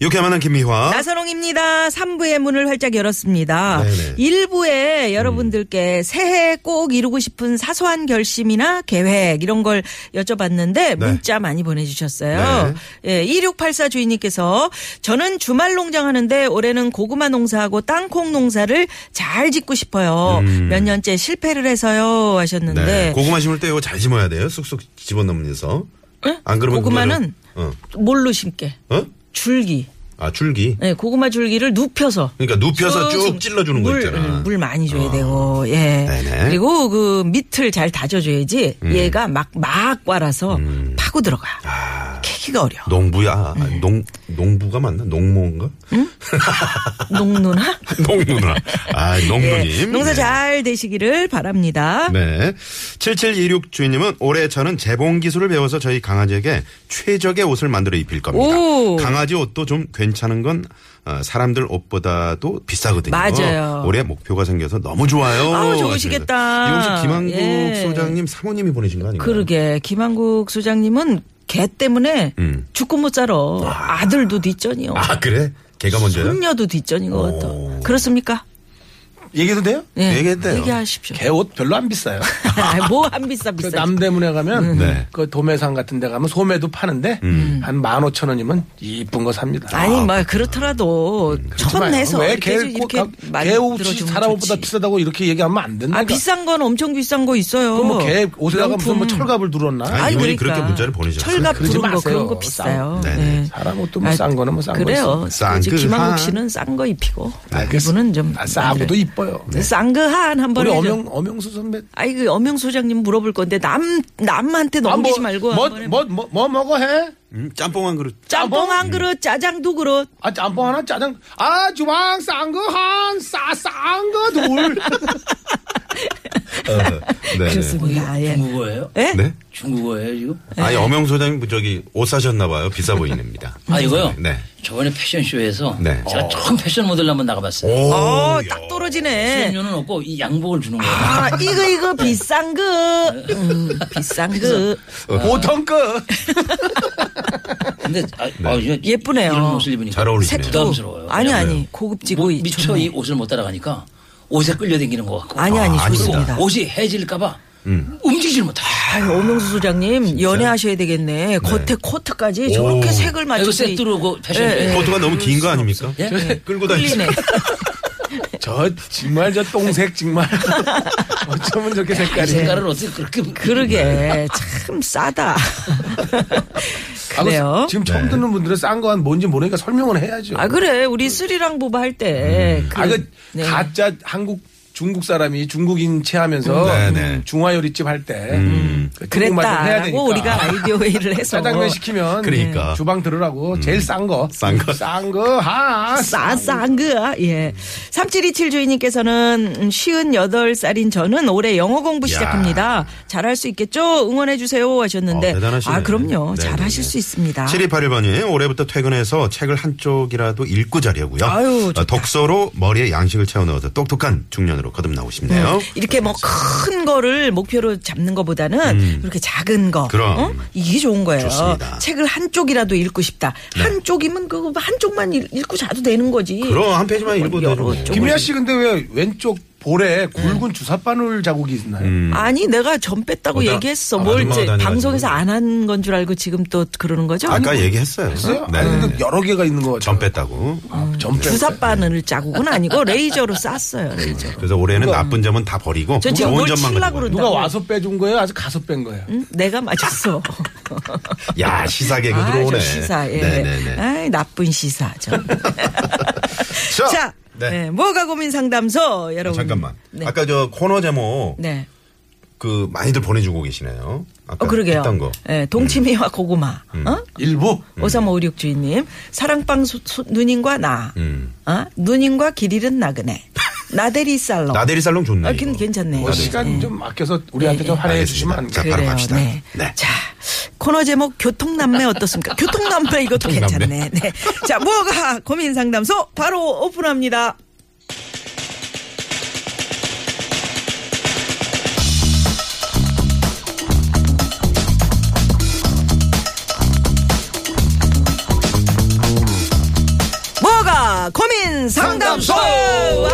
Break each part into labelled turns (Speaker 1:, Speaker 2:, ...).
Speaker 1: 이렇게 만난 김미화.
Speaker 2: 나선홍입니다. 3부의 문을 활짝 열었습니다.
Speaker 1: 네네. 음.
Speaker 2: 1부에 여러분들께 새해 꼭 이루고 싶은 사소한 결심이나 계획 이런 걸 여쭤봤는데
Speaker 1: 네.
Speaker 2: 문자 많이 보내주셨어요. 예, 2684 주인님께서 저는 주말 농장 하는데 올해는 고구마 농사하고 땅콩 농사를 잘 짓고 싶어요. 몇 년째 실패를 해서요 하셨는데
Speaker 1: 음. 네. 고구마 심을 때 이거 잘 심어야 돼요. 쑥쑥 집어넣으면서. 안 그러면
Speaker 2: 예? 고구마는
Speaker 1: 그거를-
Speaker 2: 뭘로 심게?
Speaker 1: 어? 어?
Speaker 2: 줄기.
Speaker 1: 아 줄기.
Speaker 2: 예, 고구마 줄기를 눕혀서
Speaker 1: 그러니까 눕혀서 쭉
Speaker 2: 쑥
Speaker 1: 찔러주는 거
Speaker 2: 물,
Speaker 1: 있잖아. 어.
Speaker 2: 음, 물 많이 줘야 되고, 예.
Speaker 1: 네네. 음.
Speaker 2: 그리고 그 밑을 잘 다져줘야지 얘가 막, 막 와라서 파고 들어가.
Speaker 1: 아.
Speaker 2: 캐기가 어려워.
Speaker 1: 농부야.
Speaker 2: 네.
Speaker 1: 아, 농 농부가 맞나? 농모인가?
Speaker 2: 농누나?
Speaker 1: 농누나. 아
Speaker 2: 예.
Speaker 1: 농누님.
Speaker 2: 농사
Speaker 1: 네.
Speaker 2: 잘 되시기를 바랍니다.
Speaker 1: 네. 7726 주인님은 올해 저는 재봉 기술을 배워서 저희 강아지에게 최적의 옷을 만들어 입힐 겁니다.
Speaker 2: 오.
Speaker 1: 강아지 옷도 좀 괜찮은 건 어, 사람들 옷보다도 비싸거든요.
Speaker 2: 맞아요.
Speaker 1: 올해 목표가 생겨서 너무 좋아요.
Speaker 2: 아우, 좋으시겠다.
Speaker 1: 하시면서. 이거 혹시 김한국
Speaker 2: 예.
Speaker 1: 소장님 사모님이 보내신 거 아닌가요?
Speaker 2: 그러게, 김한국 소장님은 개 때문에
Speaker 1: 음.
Speaker 2: 죽고 못 살아. 아들도 뒷전이요.
Speaker 1: 아 그래? 걔가 먼저요?
Speaker 2: 손녀도 뒷전인 것 같아.
Speaker 1: 오.
Speaker 2: 그렇습니까?
Speaker 3: 얘기해도 돼요?
Speaker 2: 예.
Speaker 1: 네, 얘기했대요. 어,
Speaker 2: 얘기하십시오.
Speaker 3: 개 옷 별로 안 비싸요.
Speaker 2: 뭐 안 비싸,
Speaker 3: 그
Speaker 2: 비싸.
Speaker 3: 남대문에 가면
Speaker 1: 네.
Speaker 3: 그 도매상 같은 데 가면 소매도 파는데 한 15,000원이면 이쁜 거 삽니다.
Speaker 2: 음. 아니 뭐 그렇더라도 천 내서 이렇게 해서 이렇게
Speaker 3: 왜개 옷이
Speaker 2: 만들어주면
Speaker 3: 사람보다
Speaker 2: 좋지.
Speaker 3: 비싸다고 이렇게 얘기하면 안 된다.
Speaker 2: 아 비싼 건 엄청 비싼 거 있어요.
Speaker 3: 뭐개 옷에다가 무슨 뭐
Speaker 2: 명품.
Speaker 3: 철갑을 두르나?
Speaker 1: 아니,
Speaker 2: 아이,
Speaker 1: 이분이 그렇게 문자를 보내셨어요.
Speaker 2: 그러니까 철갑
Speaker 3: 그러지
Speaker 2: 부른 거
Speaker 3: 마세요.
Speaker 2: 그런 거 비싸요.
Speaker 1: 싼- 네네.
Speaker 2: 예.
Speaker 3: 사람 옷도 뭐 싼 거는 뭐싼거
Speaker 2: 그래요.
Speaker 1: 싼
Speaker 2: 이제
Speaker 1: 그 한.
Speaker 2: 김한국 씨는 싼 거 입히고
Speaker 3: 알겠어.
Speaker 2: 이분은 좀 네.
Speaker 3: 아, 싸고도 이뻐요.
Speaker 2: 싼거한 한번
Speaker 3: 우리
Speaker 2: 해줘.
Speaker 3: 엄영 엄영수 선배
Speaker 2: 아이 그 엄영 소장님 물어볼 건데 남 남한테 넘기지 말고 한번 해봐.
Speaker 3: 뭐, 뭐뭐뭐 뭐, 뭐 먹어 해?
Speaker 1: 음, 짬뽕 한 그릇.
Speaker 2: 짬뽕 한 그릇, 짜장두 그릇.
Speaker 3: 아 짬뽕 하나 짜장 아 주방 싼거한싸싼거둘
Speaker 1: 어, 네.
Speaker 2: 그렇습니다. 예.
Speaker 4: 중국어예요?
Speaker 2: 예?
Speaker 1: 네.
Speaker 4: 중국어예요 지금?
Speaker 1: 아니 엄영 소장님 저기 옷 사셨나 봐요. 비싸 보이냅니다.
Speaker 4: 아 이거요?
Speaker 1: 네.
Speaker 4: 저번에 패션쇼에서
Speaker 1: 네.
Speaker 4: 제가 처음 패션 모델로 한번 나가봤어요.
Speaker 1: 오.
Speaker 2: 어,
Speaker 1: 야.
Speaker 2: 딱 떨어지네.
Speaker 4: 수업료는 없고 이 양복을 주는 거예요.
Speaker 2: 아, 이거, 이거, 비싼 거. 음, 비싼 거.
Speaker 3: 보통 거
Speaker 4: 근데 아, 아, 이거
Speaker 2: 예쁘네요.
Speaker 4: 이런 옷을 입으니까
Speaker 1: 잘 어울리시네요.
Speaker 4: 색 부담스러워요.
Speaker 2: 아니,
Speaker 4: 왜냐면
Speaker 2: 아니. 고급지고.
Speaker 4: 뭐,
Speaker 2: 이-
Speaker 4: 미처
Speaker 2: 좋네.
Speaker 4: 이 옷을 못 따라가니까 옷에 끌려다니는 것 같고.
Speaker 2: 아니, 아니,
Speaker 1: 아,
Speaker 4: 그리고
Speaker 2: 좋습니다.
Speaker 4: 옷이 해질까봐
Speaker 1: 음.
Speaker 4: 움직이질 못해.
Speaker 2: 아유, 오명수 소장님, 연애하셔야 되겠네. 겉에 코트까지 저렇게 색을
Speaker 4: 아,
Speaker 2: 맞춰서.
Speaker 4: 이거 세트로 그 패션.
Speaker 2: 예, 예.
Speaker 1: 포트가 너무 긴 거 아닙니까?
Speaker 4: 예? 예.
Speaker 1: 끌고 다니시
Speaker 2: 끌리네.
Speaker 3: 저 정말 저 똥색 정말 어쩌면 저렇게
Speaker 4: 이
Speaker 3: 색깔이
Speaker 4: 그
Speaker 2: 네,
Speaker 4: 색깔을 어떻게 그렇게
Speaker 2: 예. 그러게. 참 싸다.
Speaker 3: 아,
Speaker 2: 그래요.
Speaker 3: 지금
Speaker 1: 네.
Speaker 3: 처음 듣는 분들은 싼 거 뭔지 모르니까 설명을 해야죠.
Speaker 2: 아, 그래. 우리 스리랑 보바 할 때. 그,
Speaker 3: 아, 그
Speaker 2: 네.
Speaker 3: 가짜 한국 중국 사람이 중국인 체하면서 음,
Speaker 1: 네, 음. 네.
Speaker 3: 중화 요리집 할 때 해야 되니까.
Speaker 2: 그랬다라고 우리가 아이디어 회의를 해서.
Speaker 3: 짜장면 시키면
Speaker 1: 그러니까.
Speaker 3: 음, 주방 들으라고 제일 싼 거.
Speaker 1: 싼 거.
Speaker 3: 싼 거. 하.
Speaker 2: 싸, 싼 거. 예. 3727 주인님께서는 음, 58살인 저는 올해 영어 공부 시작합니다. 잘할 수 있겠죠? 응원해주세요. 하셨는데.
Speaker 1: 어, 대단하시네.
Speaker 2: 아, 그럼요.
Speaker 1: 네, 네,
Speaker 2: 잘하실
Speaker 1: 네.
Speaker 2: 수 있습니다.
Speaker 1: 7281번님 올해부터 퇴근해서 책을 한쪽이라도 읽고 자려고요.
Speaker 2: 아유, 좋다.
Speaker 1: 어, 독서로 머리에 양식을 채워넣어서 똑똑한 중년으로 거듭나고 싶네요.
Speaker 2: 이렇게
Speaker 1: 그렇죠.
Speaker 2: 뭐 큰 거를 목표로 잡는 것보다는 이렇게 작은 거.
Speaker 1: 음.
Speaker 2: 어?
Speaker 1: 그럼.
Speaker 2: 이게 좋은 거예요.
Speaker 1: 좋습니다. 네.
Speaker 2: 책을 한쪽이라도 읽고 싶다. 한쪽이면 그거 한쪽만 읽- 읽고 자도 되는 거지. 뭐
Speaker 1: 그럼 한 페이지만 읽어도
Speaker 2: 여러
Speaker 1: 되죠.
Speaker 2: 쪽을.
Speaker 3: 김미아 씨 근데 왜 왼쪽 볼에
Speaker 2: 음.
Speaker 3: 굵은 주사바늘 자국이 있나요?
Speaker 1: 음.
Speaker 2: 아니 내가 점 뺐다고
Speaker 1: 어, 나-
Speaker 2: 얘기했어.
Speaker 1: 아,
Speaker 2: 뭘
Speaker 1: 아줌마가
Speaker 2: 이제
Speaker 1: 다녀가지고.
Speaker 2: 방송에서 안 한 건 줄 알고 지금 또 그러는 거죠? 음,
Speaker 1: 아까 얘기했어요.
Speaker 3: 있어요?
Speaker 1: 네,
Speaker 3: 아니,
Speaker 1: 네,
Speaker 3: 근데
Speaker 1: 네.
Speaker 3: 여러 개가 있는 거
Speaker 1: 점 뺐다고.
Speaker 2: 아.
Speaker 3: 점 빼.
Speaker 2: 주사 바늘 자국은 아니고 레이저로 쌌어요. 레이저.
Speaker 1: 그래서 올해는 나쁜 점은 다 버리고
Speaker 2: 전 지금
Speaker 1: 좋은
Speaker 2: 뭘
Speaker 1: 점만
Speaker 2: 칠라
Speaker 1: 가지고.
Speaker 2: 그러는데.
Speaker 3: 누가 와서 빼준 거예요? 아주 가서 뺀 거예요?
Speaker 2: 응? 음, 내가 맞았어.
Speaker 1: 가요. 야 시사 개그
Speaker 2: 아,
Speaker 1: 들어오네.
Speaker 2: 저 시사. 예.
Speaker 1: 네네네.
Speaker 2: 아이, 나쁜 시사. 전.
Speaker 1: 자,
Speaker 2: 자,
Speaker 1: 네. 아,
Speaker 2: 네, 뭐가 고민 상담소 여러분.
Speaker 1: 잠깐만.
Speaker 2: 네.
Speaker 1: 아까 저 코너 제목
Speaker 2: 네.
Speaker 1: 그 많이들 보내주고 계시네요. 아까
Speaker 2: 어, 그러게요.
Speaker 1: 그러니까 했던 거. 음.
Speaker 2: 예, 동치미와 고구마. 어?
Speaker 3: 일부
Speaker 2: 5356 주인님. 사랑방 소- 소- 누님과 나.
Speaker 1: 음.
Speaker 2: 어? 누님과 길 잃은 나그네. 나대리 살롱.
Speaker 1: 나대리 살롱 좋네.
Speaker 2: 아,
Speaker 1: 이거.
Speaker 2: 괜- 괜찮네.
Speaker 3: 뭐 시간 좀 아껴서 우리한테 좀 할애해 주시면 안
Speaker 1: 음. 네, 알겠습니다.
Speaker 3: 돼요?
Speaker 1: 자, 바로 갑시다.
Speaker 2: 네.
Speaker 1: 네.
Speaker 2: 자, 코너 제목 교통남매 어떻습니까? 교통남매 이것도
Speaker 1: 교통남매.
Speaker 2: 괜찮네. 네. 자, 무허가 고민 상담소 바로 오픈합니다. 무허가 고민 상담소. 와우!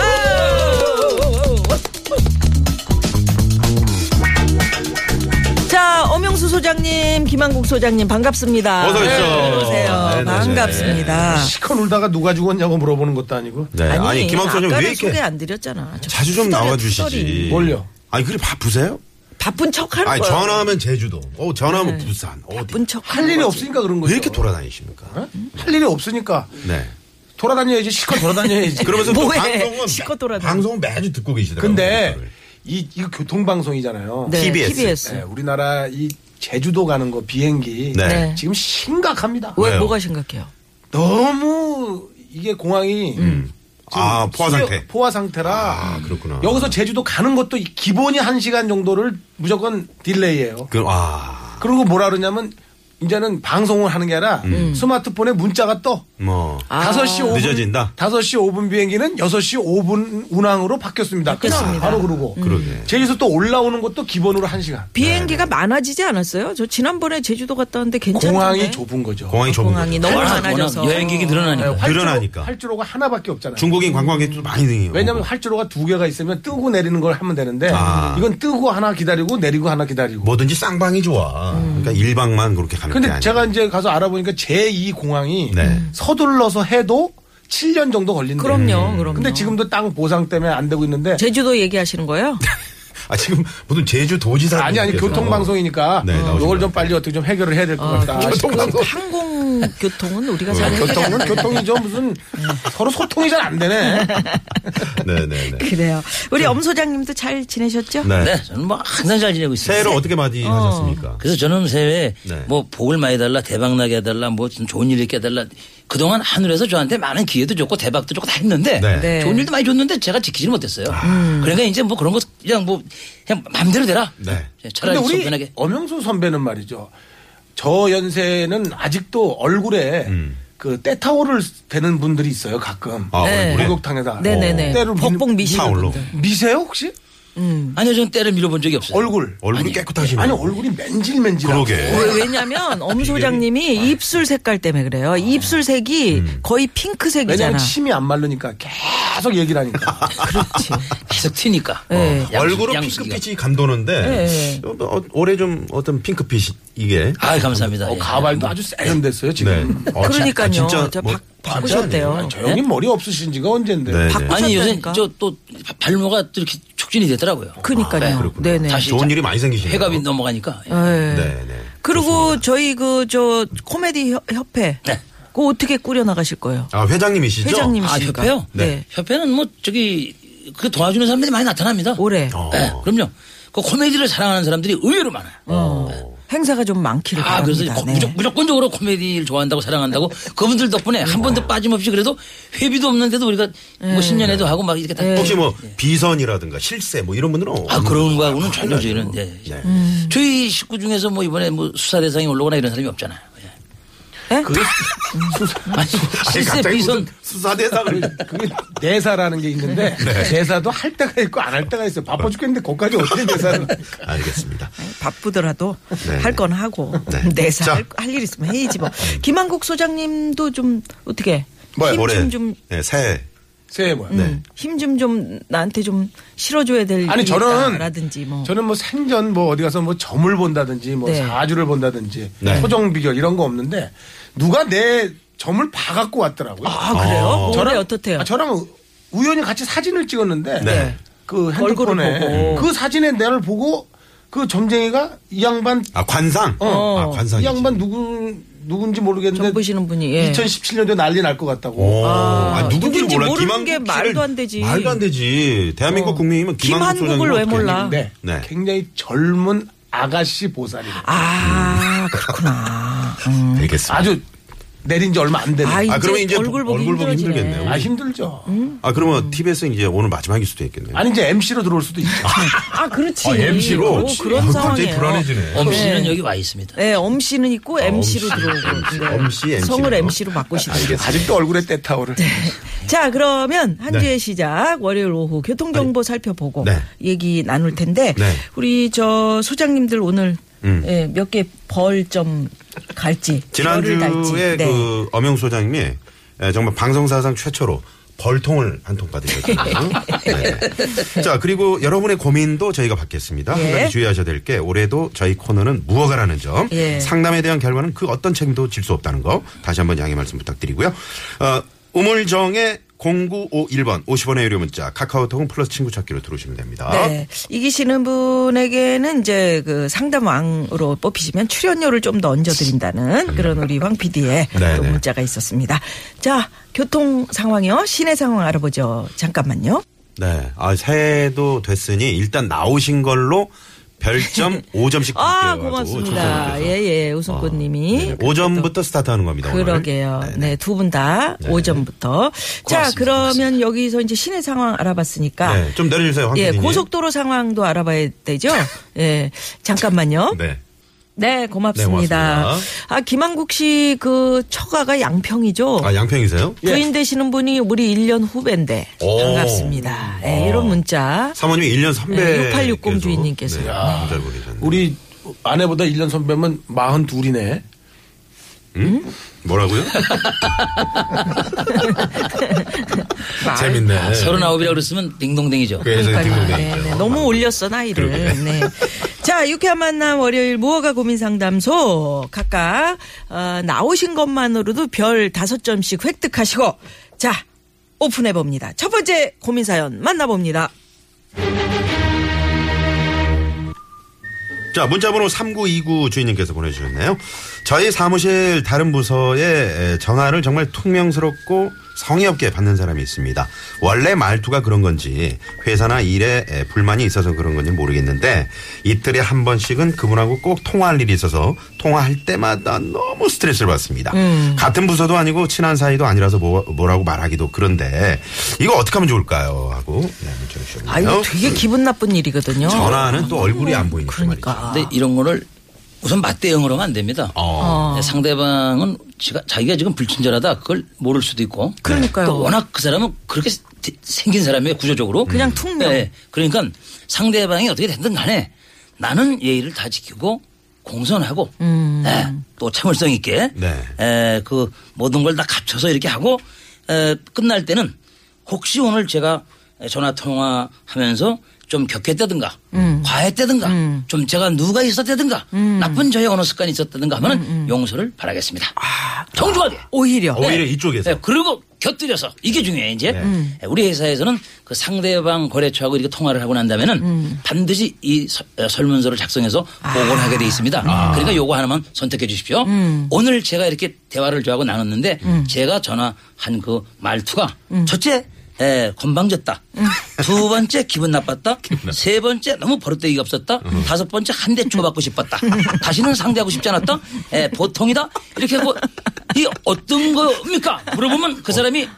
Speaker 2: 자, 엄영수 소장님, 김한국 소장님 반갑습니다.
Speaker 1: 어서 오십시오.
Speaker 2: 네, 오세요.
Speaker 1: 네네네.
Speaker 2: 반갑습니다.
Speaker 3: 시커 울다가 누가 죽었냐고 물어보는 것도 아니고
Speaker 1: 네. 아니, 김학수 님왜
Speaker 2: 아까는
Speaker 1: 이렇게
Speaker 2: 소개 안 드렸잖아. 저
Speaker 1: 자주 좀
Speaker 2: 투덜이,
Speaker 1: 나와주시지.
Speaker 2: 투덜이.
Speaker 3: 뭘요?
Speaker 1: 아니 그래 바쁘세요?
Speaker 2: 바쁜 척 하는
Speaker 1: 아니
Speaker 2: 거야.
Speaker 1: 전화하면 제주도. 어 전화하면
Speaker 3: 네.
Speaker 1: 부산. 어디?
Speaker 2: 바쁜 척
Speaker 3: 할
Speaker 2: 하는
Speaker 3: 일이
Speaker 2: 거지.
Speaker 3: 없으니까 그런 거죠.
Speaker 1: 왜 이렇게 돌아다니십니까?
Speaker 3: 어? 할 일이 없으니까
Speaker 1: 네.
Speaker 3: 돌아다녀야지 시커 돌아다녀야지.
Speaker 1: 그러면서 또
Speaker 2: 뭐해.
Speaker 1: 방송은
Speaker 2: 실컷 돌아다녀.
Speaker 1: 방송은 매주 듣고 계시더라고요.
Speaker 3: 근데
Speaker 1: 그거를.
Speaker 3: 이 이거 교통 방송이잖아요.
Speaker 2: 네,
Speaker 1: TBS.
Speaker 2: TBS.
Speaker 3: 네, 우리나라 이 제주도 가는 거 비행기
Speaker 1: 네.
Speaker 2: 네.
Speaker 3: 지금 심각합니다.
Speaker 2: 왜
Speaker 1: 왜요?
Speaker 2: 뭐가 심각해요?
Speaker 3: 너무 이게 공항이 지금
Speaker 1: 아 포화
Speaker 3: 수요-
Speaker 1: 상태.
Speaker 3: 포화 상태라
Speaker 1: 아, 그렇구나.
Speaker 3: 여기서 제주도 가는 것도 이- 기본이 한 시간 정도를 무조건 딜레이예요.
Speaker 1: 그 아.
Speaker 3: 그리고 뭐라 그러냐면 이제는 방송을 하는 게 아니라 스마트폰에 문자가 떠.
Speaker 1: 뭐.
Speaker 2: 아.
Speaker 3: 5시 5분
Speaker 1: 음. 늦어진다?
Speaker 3: 5시 5분 비행기는 6시 5분 운항으로 바뀌었습니다. 음.
Speaker 2: 바뀌었습니다.
Speaker 3: 바로 그러고.
Speaker 1: 그러게.
Speaker 3: 제주도 또 올라오는 것도 기본으로 1시간.
Speaker 2: 비행기가 많았지지 않았어요? 저 지난번에 제주도 갔다 왔는데 괜찮던데.
Speaker 3: 네, 공항이 좁은 거죠. 네,
Speaker 1: 공항이 좁은
Speaker 2: 공항이
Speaker 1: 거죠.
Speaker 2: 너무
Speaker 4: 그 워낙
Speaker 2: 많아져서
Speaker 4: 여행객이 늘어나니까.
Speaker 3: 활주로-
Speaker 1: 늘어나니까.
Speaker 3: 활주로가 하나밖에 없잖아요.
Speaker 1: 중국인 관광객도 많이 등이요.
Speaker 3: 음. 왜냐하면 활주로가 두 개가 있으면 뜨고 내리는 걸 하면 되는데
Speaker 1: 아.
Speaker 3: 이건 뜨고 하나 기다리고 내리고 하나 기다리고.
Speaker 1: 뭐든지 쌍방이 좋아. 그러니까 일방만 그렇게 가는 게
Speaker 3: 음. 근데
Speaker 1: 아니야.
Speaker 3: 제가 이제 가서 알아보니까 제2 공항이
Speaker 1: 네.
Speaker 3: 서둘러서 해도 7년 정도 걸린대요.
Speaker 1: 음.
Speaker 2: 그럼요, 그럼요.
Speaker 3: 근데 지금도 땅 보상 때문에 안 되고 있는데
Speaker 2: 제주도 얘기하시는 거예요?
Speaker 1: 아 지금 무슨 제주 도지사
Speaker 3: 아니 아니 교통 방송이니까
Speaker 1: 네, 나오신 것
Speaker 3: 이걸
Speaker 1: 같아요.
Speaker 3: 좀 빨리 어떻게 좀 해결을 해야 될 것 같다.
Speaker 2: 그 항공 교통은 우리가
Speaker 3: 네.
Speaker 2: 잘 해결이 안
Speaker 3: 교통은 교통이죠 무슨 서로 소통이 잘 안 되네.
Speaker 1: 네네네.
Speaker 2: 그래요. 우리 엄 소장님도 잘 지내셨죠?
Speaker 1: 네.
Speaker 4: 네, 저는 뭐 항상 잘 지내고 있어요.
Speaker 1: 새해를 어떻게 맞이하셨습니까?
Speaker 4: 그래서 저는 새해
Speaker 1: 네.
Speaker 4: 에뭐 복을 많이 달라 대박 나게 해달라 뭐 좀 좋은 일 있게 해달라 그동안 하늘에서 저한테 많은 기회도 줬고 대박도 줬고 다 했는데
Speaker 1: 네.
Speaker 2: 네.
Speaker 4: 좋은 일도 많이 줬는데 제가 지키지는 못했어요.
Speaker 3: 아.
Speaker 4: 그러니까 이제 뭐 그런 거 그냥 뭐 그냥 마음대로 되라. 예,
Speaker 1: 네.
Speaker 4: 차라리
Speaker 3: 근데 우리
Speaker 4: 편하게.
Speaker 3: 엄영수 선배는 말이죠. 저 연세는 아직도 얼굴에 그 때타오를 대는 분들이 있어요 가끔.
Speaker 1: 음. 아,
Speaker 2: 네.
Speaker 1: 얼굴에
Speaker 3: 목욕탕에다.
Speaker 2: 네네네.
Speaker 3: 때를 그 미-
Speaker 2: 벅벅 미시는
Speaker 1: 타올로.
Speaker 2: 분들.
Speaker 3: 미세요 혹시?
Speaker 4: 아니요, 저는 때를 밀어본 적이 없어요.
Speaker 3: 얼굴.
Speaker 1: 얼굴이
Speaker 4: 아니요.
Speaker 1: 깨끗하시네.
Speaker 3: 아니 얼굴이 맨질맨질하고.
Speaker 1: 예. 그러게.
Speaker 2: 왜, 왜냐면 엄
Speaker 3: 아.
Speaker 2: 소장님이 입술 색깔 때문에 그래요. 입술 색이 거의 핑크색이잖아.
Speaker 3: 음. 왜냐면 침이 안 마르니까 계속 얘기를 하니까.
Speaker 2: 그렇지.
Speaker 4: 계속 튀니까.
Speaker 2: 네.
Speaker 4: 양수-
Speaker 1: 얼굴은
Speaker 4: 양수기가.
Speaker 1: 핑크빛이 감도는데
Speaker 2: 네.
Speaker 1: 어, 어, 올해 좀 어떤 핑크빛이 이게
Speaker 4: 아, 감사합니다.
Speaker 3: 어,
Speaker 4: 예.
Speaker 3: 가발도 아주 세련됐어요
Speaker 1: 네.
Speaker 3: 지금.
Speaker 1: 어, 진-
Speaker 2: 그러니까요.
Speaker 1: 아, 진짜
Speaker 2: 저
Speaker 1: 뭐-
Speaker 2: 박- 바꾸셨대요.
Speaker 3: 아니, 저 형님 머리 없으신 지가 언젠데.
Speaker 1: 네, 네.
Speaker 2: 바꾸-
Speaker 4: 아니 요새
Speaker 2: 하셨다니까.
Speaker 4: 저 또 발모가 또 이렇게 촉진이 되더라고요.
Speaker 2: 그니까요.
Speaker 1: 아, 그렇구나.
Speaker 2: 네네.
Speaker 4: 다시
Speaker 1: 좋은
Speaker 4: 자-
Speaker 1: 일이 많이 생기시네요.
Speaker 4: 회갑이 넘어가니까. 예.
Speaker 2: 네.
Speaker 1: 네, 네.
Speaker 2: 그리고 저희 그 저 코미디 협- 협회
Speaker 4: 네.
Speaker 2: 그거 어떻게 꾸려 나가실 거예요?
Speaker 1: 아, 회장님이시죠?
Speaker 2: 회장님이시니까.
Speaker 4: 아, 협회요?
Speaker 2: 네.
Speaker 4: 협회는 뭐 저기 그 도와주는 사람들이 많이 나타납니다.
Speaker 2: 올해
Speaker 1: 어.
Speaker 4: 네, 그럼요. 그 코미디를 사랑하는 사람들이 의외로 많아요.
Speaker 2: 행사가 좀 많기를
Speaker 4: 아,
Speaker 2: 바랍니다.
Speaker 4: 그래서 거-
Speaker 2: 어, 네.
Speaker 4: 무조- 무조건적으로 코미디를 좋아한다고 사랑한다고 그분들 덕분에 한
Speaker 2: 네.
Speaker 4: 번도 빠짐없이 그래도 회비도 없는데도 우리가 뭐 신년에도 하고 막 이렇게 다
Speaker 2: 네.
Speaker 1: 혹시 뭐 비선이라든가 실세 뭐 이런 분들은
Speaker 4: 네. 아,
Speaker 1: 없는
Speaker 4: 그런
Speaker 1: 거예요?
Speaker 4: 거하고는 전혀 저희는 예.
Speaker 1: 네.
Speaker 2: 음.
Speaker 4: 저희 식구 중에서 뭐 이번에 뭐 수사 대상이 올라오거나 이런 사람이 없잖아요.
Speaker 2: 에?
Speaker 4: 예. 아니,
Speaker 1: 그 아니,
Speaker 4: 실세
Speaker 1: 갑자기
Speaker 4: 비선
Speaker 1: 무슨 수사대상을
Speaker 3: 그게 대사라는 게 있는데
Speaker 1: 네.
Speaker 3: 대사도 할 때가 있고 안 할 때가 있어요. 바빠 죽겠는데 거기까지 어떻게 대사를?
Speaker 1: 알겠습니다.
Speaker 2: 바쁘더라도
Speaker 1: 네.
Speaker 2: 할 건 하고
Speaker 1: 네. 자.
Speaker 2: 내사 할 일 있으면 해야지 뭐. 김한국 소장님도 좀 어떻게
Speaker 1: 뭐야,
Speaker 2: 힘
Speaker 1: 올해
Speaker 2: 좀 좀
Speaker 1: 네, 새해
Speaker 3: 새해 뭐야?
Speaker 1: 네.
Speaker 2: 힘 좀 좀 나한테 좀 실어줘야 될
Speaker 3: 아니 저는
Speaker 2: 라든지 뭐
Speaker 3: 저는 뭐 생전 뭐 어디 가서 뭐 점을 본다든지 뭐
Speaker 2: 네.
Speaker 3: 사주를 본다든지
Speaker 1: 네.
Speaker 3: 소정 비결 이런 거 없는데 누가 내 점을 봐 갖고 왔더라고요.
Speaker 2: 아 그래요?
Speaker 1: 어.
Speaker 2: 뭐 올해 어떻대요?
Speaker 3: 아, 저랑 우- 우연히 같이 사진을 찍었는데
Speaker 1: 네.
Speaker 3: 그
Speaker 2: 얼굴을
Speaker 3: 핸드폰에
Speaker 2: 보고.
Speaker 3: 그 사진에 나를 보고 그 점쟁이가 이 양반
Speaker 1: 아 관상. 아
Speaker 3: 어.
Speaker 1: 관상이지.
Speaker 3: 이 양반 누구 누군지 모르겠는데
Speaker 2: 정 보시는 분이, 예.
Speaker 3: 2017년도에 난리 날 것 같다고.
Speaker 1: 오. 아, 누군지
Speaker 2: 누군지
Speaker 1: 몰라.
Speaker 2: 모르는
Speaker 1: 김한국
Speaker 2: 게
Speaker 1: 씨를-
Speaker 2: 말도 안 되지.
Speaker 1: 말도 안 되지. 대한민국
Speaker 2: 어.
Speaker 1: 국민이면 김한국
Speaker 2: 김한국을
Speaker 1: 소장님
Speaker 2: 왜 몰라?
Speaker 3: 네.
Speaker 1: 네.
Speaker 3: 굉장히 젊은 아가씨 보살이에요.
Speaker 2: 아, 그렇구나. 음.
Speaker 1: 되겠습니다.
Speaker 3: 아주 내린 지 얼마 안 되는.
Speaker 2: 아,
Speaker 1: 아, 그러면 이제
Speaker 2: 얼굴 보기,
Speaker 1: 얼굴 보기
Speaker 2: 힘들어지네.
Speaker 1: 힘들겠네요.
Speaker 3: 아 힘들죠.
Speaker 2: 음?
Speaker 1: 아 그러면 TBS 이제 오늘 마지막일 수도 있겠네요.
Speaker 3: 아니 이제 MC로 들어올 수도 있죠.
Speaker 2: 아, 그렇지.
Speaker 5: 아, MC로?
Speaker 2: 오, 뭐 그런
Speaker 5: 갑자기
Speaker 2: 상황이에요. 어,
Speaker 5: 불안해지네.
Speaker 4: 엄씨는 여기 와 있습니다.
Speaker 2: 네, 엄씨는 있고 MC로
Speaker 1: 아, 엄씨,
Speaker 2: 들어오고.
Speaker 1: MC,
Speaker 2: 네.
Speaker 1: 엄씨, MC 로.
Speaker 2: 성을 MC로 바꾸시는. 거.
Speaker 3: 아직도 얼굴에 때타오를.
Speaker 2: 네. 자, 그러면 한
Speaker 1: 네.
Speaker 2: 주의 시작 월요일 오후 교통 정보 살펴보고
Speaker 1: 네.
Speaker 2: 얘기 나눌 텐데
Speaker 1: 네.
Speaker 2: 우리 저 소장님들 오늘
Speaker 1: 음.
Speaker 2: 예, 몇 개 벌 좀 갈지
Speaker 1: 지난주에
Speaker 2: 벌을 달지. 네.
Speaker 1: 그 엄영 소장님이 에, 정말 방송사상 최초로 벌통을 한 통 받으셨거든요. 네. 자 그리고 여러분의 고민도 저희가 받겠습니다.
Speaker 2: 예.
Speaker 1: 한 가지 주의하셔야 될 게 올해도 저희 코너는 무허가라는 점,
Speaker 2: 예.
Speaker 1: 상담에 대한 결과는 그 어떤 책임도 질 수 없다는 거 다시 한번 양해 말씀 부탁드리고요. 어, 우물정의 0951번 50원의 유료 문자 카카오톡은 플러스 친구 찾기로 들어오시면 됩니다.
Speaker 2: 네. 이기시는 분에게는 이제 그 상담왕으로 뽑히시면 출연료를 좀 더 얹어드린다는 그런 우리 황 PD의
Speaker 1: 네, 네.
Speaker 2: 문자가 있었습니다. 자, 교통 상황이요. 시내 상황 알아보죠. 잠깐만요.
Speaker 1: 네. 아, 새해도 됐으니 일단 나오신 걸로 별점 5점씩
Speaker 2: 아,
Speaker 1: 드릴게요.
Speaker 2: 고맙습니다. 예, 예.
Speaker 1: 아, 네,
Speaker 2: 우선권님이.
Speaker 1: 5점부터 스타트하는 겁니다. 오늘.
Speaker 2: 그러게요.
Speaker 1: 네, 네.
Speaker 2: 네, 두 분 다 오전부터 자, 그러면 여기서 이제 시내 상황 알아봤으니까.
Speaker 1: 네, 좀 내려주세요. 황
Speaker 2: 예,
Speaker 1: PD님.
Speaker 2: 고속도로 상황도 알아봐야 되죠? 예, 잠깐만요.
Speaker 1: 네.
Speaker 2: 네, 고맙습니다.
Speaker 1: 네, 고맙습니다.
Speaker 2: 아, 김한국 씨 그 처가가 양평이죠?
Speaker 1: 아, 양평이세요?
Speaker 2: 부인 되시는 분이 우리 1년 후배인데
Speaker 1: 오.
Speaker 2: 반갑습니다. 예,
Speaker 1: 아.
Speaker 2: 이런 문자.
Speaker 1: 사모님이 1년 선배.
Speaker 2: 네, 6860 주인님께서.
Speaker 1: 네, 남자분이셨네.
Speaker 3: 우리 아내보다 1년 선배면 42이네.
Speaker 1: 뭐라고요? 재밌네.
Speaker 4: 서른아홉이라 그랬으면 딩동댕이죠.
Speaker 1: 그래서
Speaker 2: 네, 네. 너무 올렸어 나이를. 네. 자 유쾌한 만남 월요일 무허가 고민 상담소 각각 어, 나오신 것만으로도 별 다섯 점씩 획득하시고 자 오픈해 봅니다. 첫 번째 고민 사연 만나봅니다.
Speaker 1: 자, 문자번호 3929 주인님께서 보내주셨네요. 저희 사무실 다른 부서에 에, 전화를 정말 퉁명스럽고 성의 없게 받는 사람이 있습니다. 원래 말투가 그런 건지 회사나 일에 에, 불만이 있어서 그런 건지 모르겠는데 이틀에 한 번씩은 그분하고 꼭 통화할 일이 있어서 통화할 때마다 너무 스트레스를 받습니다.
Speaker 2: 음.
Speaker 1: 같은 부서도 아니고 친한 사이도 아니라서 뭐, 라고 말하기도 그런데 이거 어떻게 하면 좋을까요? 하고 네, 문자 주셨네요.
Speaker 2: 아 이거 되게 음. 그러니까. 기분 나쁜 일이거든요. 네.
Speaker 1: 전화는 또 얼굴이 안 보이니까 말이죠.
Speaker 4: 근데 이런 거를 우선 맞대응으로 하면 안 됩니다.
Speaker 1: 어.
Speaker 4: 네, 상대방은 지가, 자기가 지금 불친절하다 그걸 모를 수도 있고
Speaker 2: 그러니까요.
Speaker 4: 또 워낙 그 사람은 그렇게 세- 생긴 사람이에요 구조적으로
Speaker 2: 그냥 퉁명.
Speaker 4: 네, 그러니까 상대방이 어떻게 됐든 간에 나는 예의를 다 지키고 공손하고 네, 또 참을성 있게
Speaker 1: 네.
Speaker 4: 에, 그 모든 걸 다 갖춰서 이렇게 하고 에, 끝날 때는 혹시 오늘 제가 전화 통화하면서 좀 격했다든가 과했다든가 좀 제가 누가 있었다든가 나쁜 저의 언어 습관이 있었다든가 하면은 용서를 바라겠습니다. 정중하게.
Speaker 2: 오히려
Speaker 1: 오히려 이쪽에서. 네.
Speaker 4: 네, 그리고 곁들여서 이게 중요해 이제 네, 우리 회사에서는 그 상대방 거래처하고 이렇게 통화를 하고 난 다음에는 반드시 이 서- 에, 설문서를 작성해서 보고를 하게 돼 있습니다.
Speaker 1: 아.
Speaker 4: 그러니까 요거 하나만 선택해 주십시오. 오늘 제가 이렇게 대화를 저하고 나눴는데 제가 전화한 그 말투가 첫째 에, 예, 건방졌다. 두 번째 기분 나빴다. 세 번째 너무 버릇되기가 없었다. 다섯 번째 한 대 쳐받고 싶었다. 다시는 상대하고 싶지 않았다. 에, 보통이다. 이렇게 하고 이 어떤 겁니까? 물어보면 그 사람이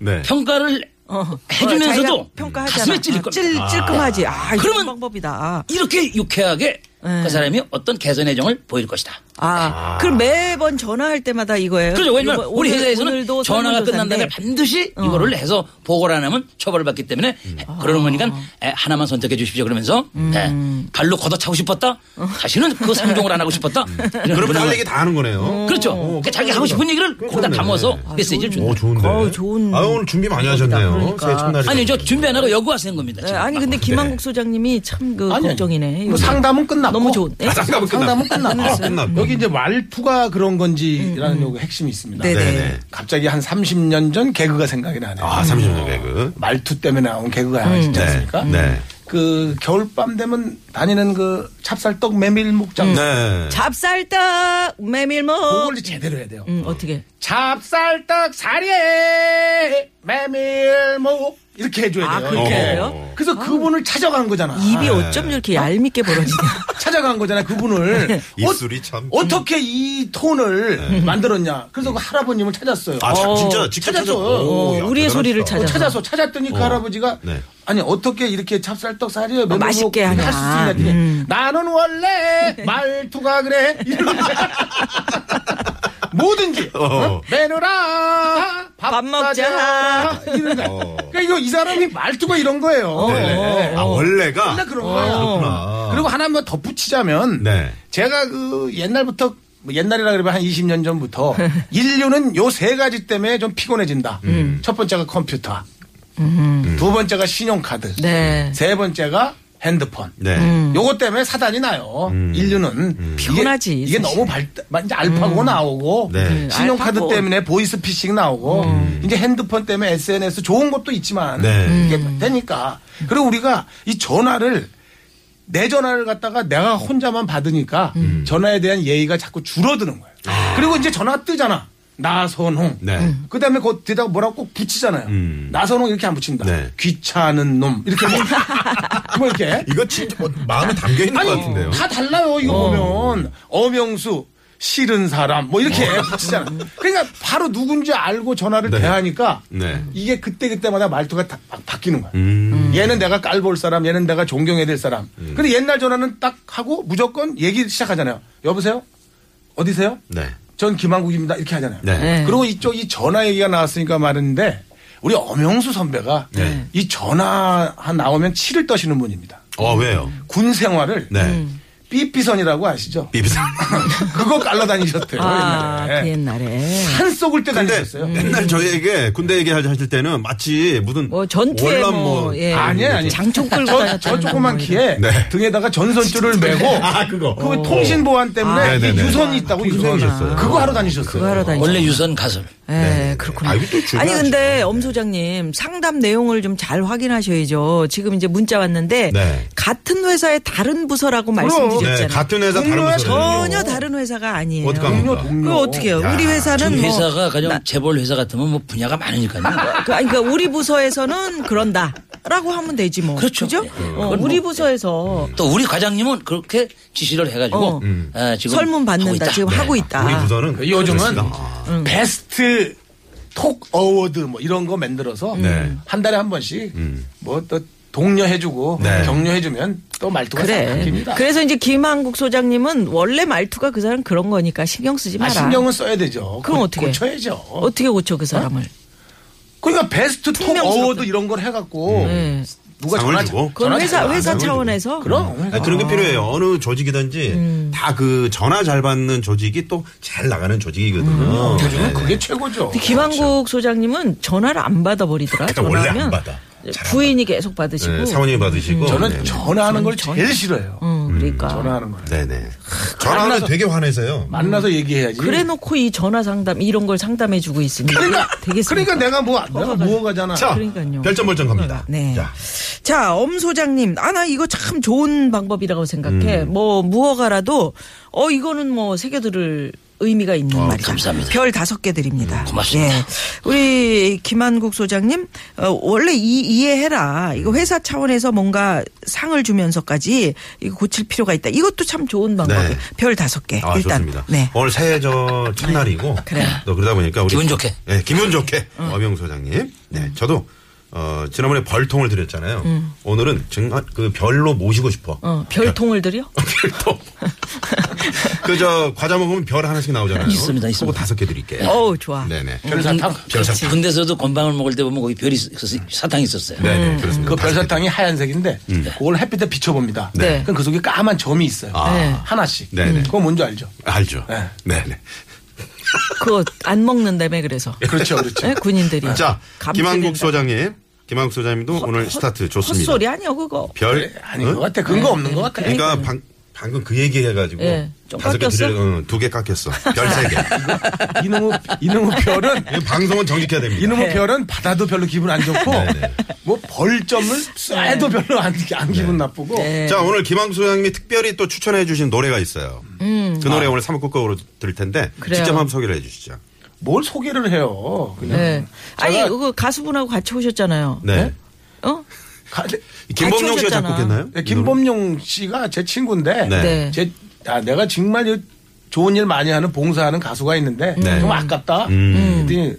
Speaker 1: 네.
Speaker 4: 평가를
Speaker 2: 어. 자기가
Speaker 4: 해주면서도
Speaker 2: 평가하잖아.
Speaker 4: 가슴에 찔릴 겁니다.
Speaker 2: 찔, 찔끔하지. 아, 이런
Speaker 4: 그러면-
Speaker 2: 방법이다.
Speaker 4: 이렇게 유쾌하게
Speaker 2: 네.
Speaker 4: 그 사람이 어떤 개선의 정을 보일 것이다.
Speaker 2: 아, 그럼 매번 전화할 때마다 이거예요.
Speaker 4: 그렇죠. 왜냐면
Speaker 2: 이거
Speaker 4: 우리
Speaker 2: 오늘-
Speaker 4: 회사에서는
Speaker 2: 오늘도 어.
Speaker 4: 전화가 끝난
Speaker 2: 설문조사인데
Speaker 4: 다음에 반드시 이거를 해서 보고를 안 하면 처벌을 받기 때문에
Speaker 2: 음.
Speaker 4: 그러는 거니까
Speaker 2: 아.
Speaker 4: 에, 하나만 선택해 주십시오. 그러면서 예, 발로 걷어차고 싶었다. 다시는 그 상종을 안 하고 싶었다.
Speaker 2: 음.
Speaker 4: 이런
Speaker 1: 그럼
Speaker 4: 문항을-
Speaker 1: 할 얘기 다 하는 거네요.
Speaker 4: 그렇죠.
Speaker 2: 어.
Speaker 4: 그러니까 자기 하고 싶은 얘기를 거기다
Speaker 1: 그렇네.
Speaker 4: 담아서
Speaker 1: 아,
Speaker 4: 메시지를 준다.
Speaker 1: 오 좋은데.
Speaker 2: 어우, 좋은
Speaker 1: 아 오늘 준비 많이 하셨네요.
Speaker 2: 그러니까.
Speaker 1: 새해 첫날이.
Speaker 4: 아니 저 준비 안 하고 여구 하시는 겁니다.
Speaker 2: 네,
Speaker 4: 지금.
Speaker 2: 아니 근데 김한국 소장님이 참 그
Speaker 3: 아니,
Speaker 2: 걱정이네.
Speaker 3: 뭐 상담은 끝났고.
Speaker 2: 너무 좋은. 음. 네?
Speaker 1: 아, 상담은
Speaker 3: 상담은
Speaker 1: 끝났고.
Speaker 3: 끝났고.
Speaker 1: 아, 끝났고.
Speaker 3: 여기 이제 말투가 그런 건지라는 요거 핵심이
Speaker 2: 음,
Speaker 3: 있습니다.
Speaker 2: 네네.
Speaker 1: 네네.
Speaker 3: 갑자기 한 30년 전 개그가 생각이 나네요.
Speaker 1: 아 30년 개그.
Speaker 2: 음.
Speaker 3: 말투 때문에 나온 개그가 하나 있지
Speaker 1: 네.
Speaker 3: 않습니까?
Speaker 1: 네.
Speaker 3: 그 겨울밤 되면 다니는 그 찹쌀떡 메밀
Speaker 2: 음.
Speaker 3: 목장
Speaker 1: 네.
Speaker 2: 잡쌀떡 메밀목.
Speaker 3: 그걸 제대로 해야 돼요.
Speaker 2: 음, 어떻게?
Speaker 3: 찹쌀떡 사리에 메밀목 이렇게 해줘야
Speaker 2: 아,
Speaker 3: 돼요.
Speaker 2: 그렇게
Speaker 3: 예.
Speaker 2: 해요?
Speaker 3: 그래서 그분을 찾아간 거잖아.
Speaker 2: 입이 어쩜 이렇게 얄밉게 벌어지냐.
Speaker 3: 찾아간 거잖아.
Speaker 2: 네.
Speaker 3: 그분을
Speaker 1: 입술이 참.
Speaker 3: 어, 떻게이 톤을 만들었냐. 그래서 그 할아버님을 찾았어요.
Speaker 1: 네. 아, 참,
Speaker 3: 어,
Speaker 1: 진짜 직접 찾아.
Speaker 3: 찾았죠.
Speaker 1: 오, 야, 대단하시다.
Speaker 2: 우리의
Speaker 1: 어,
Speaker 2: 소리를 찾아.
Speaker 3: 찾아서 찾았더니 그 할아버지가
Speaker 1: 네.
Speaker 3: 아니 어떻게 이렇게 찹쌀떡 사리에 메밀목
Speaker 2: 어, 맛있게 하냐. 음.
Speaker 3: 할수 있냐 했더니 나는 원래 말투가 그래. 이러는 거야. 뭐든지
Speaker 1: 어.
Speaker 3: 매누라 밥,
Speaker 2: 밥 먹자.
Speaker 3: 사자. 이런 거.
Speaker 1: 어.
Speaker 3: 그러니까 이거 이 사람이 말투가 이런 거예요.
Speaker 1: 네네. 아, 원래가?
Speaker 3: 맨날 어, 그런 거예요.
Speaker 1: 그렇구나.
Speaker 3: 그리고 하나만 덧붙이자면
Speaker 1: 네.
Speaker 3: 제가 그 옛날부터 뭐 옛날이라 그러면 한 20년 전부터 인류는 요 세 가지 때문에 좀 피곤해진다. 첫 번째가 컴퓨터. 두 번째가 신용카드.
Speaker 2: 네.
Speaker 3: 세 번째가 핸드폰.
Speaker 1: 네.
Speaker 3: 요거 때문에 사단이 나요.
Speaker 1: 음.
Speaker 3: 인류는 이게-
Speaker 2: 음. 피곤하지,
Speaker 3: 이게,
Speaker 2: 사실.
Speaker 3: 너무 발 이제 알파고 나오고
Speaker 1: 네. 음,
Speaker 3: 신용카드
Speaker 2: 알파고. 음.
Speaker 3: 때문에 보이스피싱 나오고 이제 핸드폰 때문에 SNS 좋은 것도 있지만
Speaker 1: 네.
Speaker 3: 이게
Speaker 2: 음.
Speaker 3: 되니까 그리고 우리가 이 전화를 내 전화를 갖다가 내가 혼자만 받으니까
Speaker 2: 음.
Speaker 3: 전화에 대한 예의가 자꾸 줄어드는 거예요. 그리고 이제 전화 뜨잖아. 나선홍.
Speaker 1: 아. 네. 음.
Speaker 3: 그다음에 그 뒤에다가 뭐라고 꼭 붙이잖아요.
Speaker 1: 음.
Speaker 3: 나선홍 이렇게 안 붙인다.
Speaker 1: 네.
Speaker 3: 귀찮은 놈 이렇게 뭐, 뭐 이렇게
Speaker 1: 이거 진짜 뭐 마음에 담겨 있는 것 같은데요. 어.
Speaker 3: 다 달라요 이거 보면 어명수 싫은 사람 뭐 이렇게 붙이잖아. 그러니까 바로 누군지 알고 전화를
Speaker 1: 어. 네.
Speaker 3: 대하니까
Speaker 1: 네.
Speaker 3: 이게 그때 그때마다 말투가 다, 바- 바뀌는 거야.
Speaker 1: 음.
Speaker 3: 얘는 내가 깔볼 사람, 얘는 내가 존경해야 될 사람. 근데 옛날 전화는 딱 하고 무조건 얘기 시작하잖아요. 여보세요? 어디세요?
Speaker 1: 네.
Speaker 3: 전 김한국입니다. 이렇게 하잖아요.
Speaker 1: 네.
Speaker 2: 네.
Speaker 3: 그리고 이쪽 이 전화 얘기가 나왔으니까 말인데 우리 엄영수 선배가
Speaker 1: 네.
Speaker 3: 이 전화 한 나오면 치를 떠시는 분입니다.
Speaker 1: 어, 왜요?
Speaker 3: 군 생활을
Speaker 1: 네.
Speaker 3: 삐삐선이라고 아시죠?
Speaker 1: 비비상.
Speaker 3: 그거 깔러 다니셨대요.
Speaker 2: 아,
Speaker 3: 옛날에.
Speaker 2: 그 옛날에. 네.
Speaker 3: 산 속을 때
Speaker 1: 근데
Speaker 3: 다니셨어요.
Speaker 1: 옛날 저희에게 군대 얘기하실 때는 마치 무슨
Speaker 2: 뭐 전투에
Speaker 1: 월남
Speaker 2: 뭐, 예.
Speaker 3: 네. 아니에요, 아니에요.
Speaker 2: 장총 끌고
Speaker 3: 저,
Speaker 2: 다녔다는 어.
Speaker 3: 저 조그만
Speaker 2: 거
Speaker 3: 키에
Speaker 1: 네.
Speaker 3: 등에다가 전선줄을 메고
Speaker 1: 아, 그거.
Speaker 3: 그 통신 보안 때문에
Speaker 1: 아,
Speaker 3: 이게
Speaker 1: 네네네.
Speaker 3: 유선이 있다고
Speaker 1: 유선이셨어요.
Speaker 3: 유선. 그거 하러 다니셨어요.
Speaker 2: 그거 하러 다니죠.
Speaker 4: 아, 원래 유선 가설.
Speaker 2: 예, 그렇구나.
Speaker 1: 아,
Speaker 2: 아니
Speaker 1: 이거 또 중요하죠.
Speaker 2: 근데 엄 소장님 상담 내용을 좀 잘 확인하셔야죠. 지금 이제 문자 왔는데
Speaker 1: 네.
Speaker 2: 같은 회사의 다른 부서라고
Speaker 1: 네,
Speaker 2: 말씀드렸잖아요.
Speaker 1: 같은 회사 다른
Speaker 3: 동료야,
Speaker 1: 부서
Speaker 2: 전혀 다른 회사가 아니에요.
Speaker 1: 어떡합니까?
Speaker 3: 동료,
Speaker 2: 그
Speaker 3: 동료.
Speaker 2: 어떻게 해요?
Speaker 1: 야,
Speaker 2: 우리 회사는 뭐
Speaker 4: 회사가 가장 재벌 회사 같으면 뭐 분야가 많으니까요.
Speaker 2: 그, 아니, 그러니까 우리 부서에서는 그런다라고 하면 되지 뭐.
Speaker 4: 그렇죠.
Speaker 2: 그죠?
Speaker 3: 네,
Speaker 4: 예, 예.
Speaker 2: 어,
Speaker 4: 그건
Speaker 2: 우리
Speaker 4: 뭐,
Speaker 2: 부서에서
Speaker 4: 또 우리 과장님은 그렇게 지시를 해가지고
Speaker 2: 어.
Speaker 4: 아, 지금
Speaker 2: 설문
Speaker 4: 하고
Speaker 2: 받는다.
Speaker 4: 있다.
Speaker 3: 네.
Speaker 4: 네.
Speaker 2: 지금 하고 있다.
Speaker 1: 우리 부서는
Speaker 3: 요즘은 어,
Speaker 1: 그렇습니다. 아,
Speaker 3: 베스트 톡 어워드 뭐 이런 거 만들어서
Speaker 2: 음.
Speaker 1: 네.
Speaker 3: 한 달에 한 번씩 뭐 또 독려해주고
Speaker 1: 음. 네.
Speaker 3: 격려해주면 또 말투가 싹
Speaker 2: 그래.
Speaker 3: 바뀝니다.
Speaker 2: 그래서 이제 김한국 소장님은 원래 말투가 그 사람 그런 거니까 신경 쓰지
Speaker 3: 아,
Speaker 2: 마라.
Speaker 3: 신경은 써야 되죠.
Speaker 2: 그럼
Speaker 3: 고-
Speaker 2: 어떻게?
Speaker 3: 고쳐야죠.
Speaker 2: 어떻게 고쳐 그 사람을?
Speaker 3: 그러니까 베스트 톡
Speaker 2: 투명스럽다.
Speaker 3: 어워드 이런 걸 해갖고
Speaker 2: 네.
Speaker 3: 누가
Speaker 1: 음. 상을
Speaker 3: 전화
Speaker 1: 주고?
Speaker 2: 그건
Speaker 3: 전화
Speaker 2: 회사
Speaker 3: 잘
Speaker 2: 회사
Speaker 3: 안 하고.
Speaker 2: 차원에서 어.
Speaker 3: 그럼
Speaker 1: 아니, 그런 게 필요해요. 어느 조직이든지 다 그 전화 잘 받는 조직이 또 잘 나가는 조직이거든요.
Speaker 3: 음, 요즘은
Speaker 1: 네.
Speaker 3: 그게 최고죠.
Speaker 2: 근데 김한국 소장님은 전화를 안 받아 버리더라.
Speaker 1: 그러니까 원래 안 받아. 잘안
Speaker 2: 부인이 계속 받으시고.
Speaker 1: 네, 사원님이 받으시고.
Speaker 3: 저는
Speaker 1: 네.
Speaker 3: 전화하는 걸
Speaker 2: 전-
Speaker 3: 제일 싫어요.
Speaker 2: 음, 그러니까.
Speaker 3: 전화하는 걸
Speaker 1: 네네. 전화는
Speaker 3: 만나서-
Speaker 1: 되게 화내세요.
Speaker 3: 만나서 얘기해야지.
Speaker 2: 음. 그래 놓고 이 전화 상담 이런 걸 상담해 주고 있으니
Speaker 3: 그러니까
Speaker 2: 되겠습니까?
Speaker 3: 그러니까 내가 뭐 내가 무어가잖아.
Speaker 1: 자,
Speaker 2: 그러니까요.
Speaker 1: 별점벌점 갑니다.
Speaker 2: 네.
Speaker 1: 자,
Speaker 2: 자, 엄 소장님. 아, 나 이거 참 좋은 방법이라고 생각해.
Speaker 1: 음.
Speaker 2: 뭐, 무허가라도, 어, 이거는 뭐, 새겨들을 의미가 있는
Speaker 1: 어,
Speaker 2: 말이다.
Speaker 4: 감사합니다.
Speaker 2: 별 다섯 개
Speaker 1: 음,
Speaker 2: 드립니다.
Speaker 4: 고맙습니다.
Speaker 2: 예. 우리 김한국 소장님, 어, 원래 이, 이해해라. 이거 회사 차원에서 뭔가 상을 주면서까지 이거 고칠 필요가 있다. 이것도 참 좋은 방법이에요.
Speaker 1: 네.
Speaker 2: 별 다섯 개.
Speaker 1: 아,
Speaker 2: 일단.
Speaker 1: 좋습니다.
Speaker 2: 네.
Speaker 1: 오늘 새해 저 첫날이고.
Speaker 2: 그래요.
Speaker 1: 또 그러다 보니까 우리.
Speaker 4: 기분 좋게.
Speaker 1: 네, 기분 좋게. 어명 소장님. 네, 저도, 어, 지난번에 벌통을 드렸잖아요. 오늘은 정말 그 별로 모시고 싶어.
Speaker 2: 어,
Speaker 1: 네.
Speaker 2: 별통을 드려?
Speaker 1: 별통. 그저 과자 먹으면 별 하나씩 나오잖아요.
Speaker 4: 있습니다, 있습니다.
Speaker 1: 그거 다섯 개 드릴게요.
Speaker 2: 어우, 좋아.
Speaker 1: 네. 네네.
Speaker 3: 별사탕.
Speaker 1: 별사탕.
Speaker 4: 군대에서도 음. 건방을 먹을 때 보면 거기 별이 있- 사탕이 있었어요.
Speaker 1: 네네. 그렇습니다.
Speaker 3: 그
Speaker 1: 다섯 개
Speaker 3: 별사탕이 하얀색인데 그걸 햇빛에 비춰봅니다.
Speaker 2: 네.
Speaker 3: 그럼 그 속에 까만 점이 있어요.
Speaker 1: 음. 아.
Speaker 2: 네.
Speaker 3: 하나씩. 음.
Speaker 1: 네네.
Speaker 3: 그거 뭔지 알죠?
Speaker 1: 알죠.
Speaker 3: 네.
Speaker 1: 네. 네
Speaker 2: 그거 안 먹는다며, 그래서.
Speaker 3: 그렇죠, 그렇죠.
Speaker 2: 네? 군인들이.
Speaker 1: 자, 김한국
Speaker 2: 감칠인다.
Speaker 1: 소장님. 김한국 소장님도 오늘 스타트 좋습니다.
Speaker 2: 헛소리 아니요, 그거.
Speaker 3: 네.
Speaker 1: 별
Speaker 2: 네.
Speaker 3: 아닌 것 같아. 근거 없는 것 같아.
Speaker 1: 그러니까 방, 방금 그 얘기 해가지고
Speaker 2: 예. 좀
Speaker 1: 다섯 개
Speaker 2: 깎였어?
Speaker 1: 드려 응, 두개 깎였어. 별 세 개.
Speaker 3: 이놈의 이놈의 별은
Speaker 1: 이거 방송은 정직해야 됩니다.
Speaker 3: 이놈의
Speaker 2: 네.
Speaker 3: 별은 받아도 별로 기분 안 좋고
Speaker 1: 네, 네.
Speaker 3: 뭐 벌점을 쏴도
Speaker 2: 네.
Speaker 3: 별로 안, 안 기분 나쁘고
Speaker 2: 예.
Speaker 1: 자 오늘 김항수 형님이 특별히 또 추천해주신 노래가 있어요. 그 노래 오늘 3부 끝곡으로 들을 텐데
Speaker 2: 음. 그래요.
Speaker 1: 직접 한번 소개를 해주시죠.
Speaker 3: 뭘 소개를 해요. 그냥
Speaker 2: 네. 아니,
Speaker 3: 제가-
Speaker 2: 그 가수분하고 같이 오셨잖아요.
Speaker 1: 네.
Speaker 2: 어?
Speaker 3: 가-
Speaker 1: 김범용 씨가
Speaker 2: 오셨잖아.
Speaker 1: 작곡했나요?
Speaker 3: 네, 김범용 씨가 제 친구인데
Speaker 1: 네.
Speaker 2: 네.
Speaker 3: 제 아, 내가 정말 이- 좋은 일 많이 하는 봉사하는 가수가 있는데
Speaker 1: 네.
Speaker 3: 정말 아깝다.
Speaker 1: 음.
Speaker 3: 그랬더니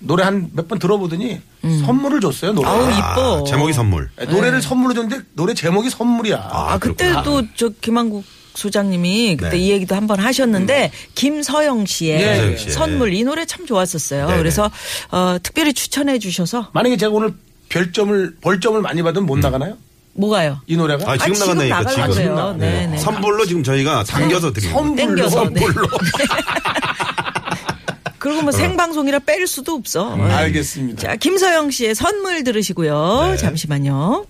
Speaker 3: 노래 한 몇 번 들어보더니 선물을 줬어요. 노래.
Speaker 2: 음.
Speaker 3: 아,
Speaker 2: 아우,
Speaker 1: 아,
Speaker 2: 이뻐. 네.
Speaker 1: 제목이 선물.
Speaker 3: 노래를 선물로 줬는데 노래 제목이 선물이야.
Speaker 2: 아, 그때
Speaker 1: 그렇구나.
Speaker 2: 또 저 김한국 소장님이 그때
Speaker 1: 네.
Speaker 2: 이 얘기도 한번 하셨는데 김서영 씨의
Speaker 3: 김서영
Speaker 1: 씨의.
Speaker 2: 선물 이 노래 참 좋았었어요.
Speaker 1: 네네.
Speaker 2: 그래서 어, 특별히 추천해 주셔서
Speaker 3: 만약에 제가 오늘 별점을 벌점을 많이 받으면 못 나가나요?
Speaker 2: 뭐가요?
Speaker 3: 이 노래가?
Speaker 1: 아, 지금
Speaker 2: 음. 아, 지금
Speaker 1: 나간다니까
Speaker 2: 나가려고
Speaker 1: 지금.
Speaker 2: 그래요. 네, 네.
Speaker 1: 선불로 지금 저희가 당겨서 드리고.
Speaker 3: 선물로
Speaker 2: 땡겨서, 네.
Speaker 3: 선물로.
Speaker 2: 그리고 뭐 생방송이라 뺄 수도 없어.
Speaker 3: 음, 알겠습니다.
Speaker 2: 자, 김서영 씨의 선물 들으시고요. 잠시만요.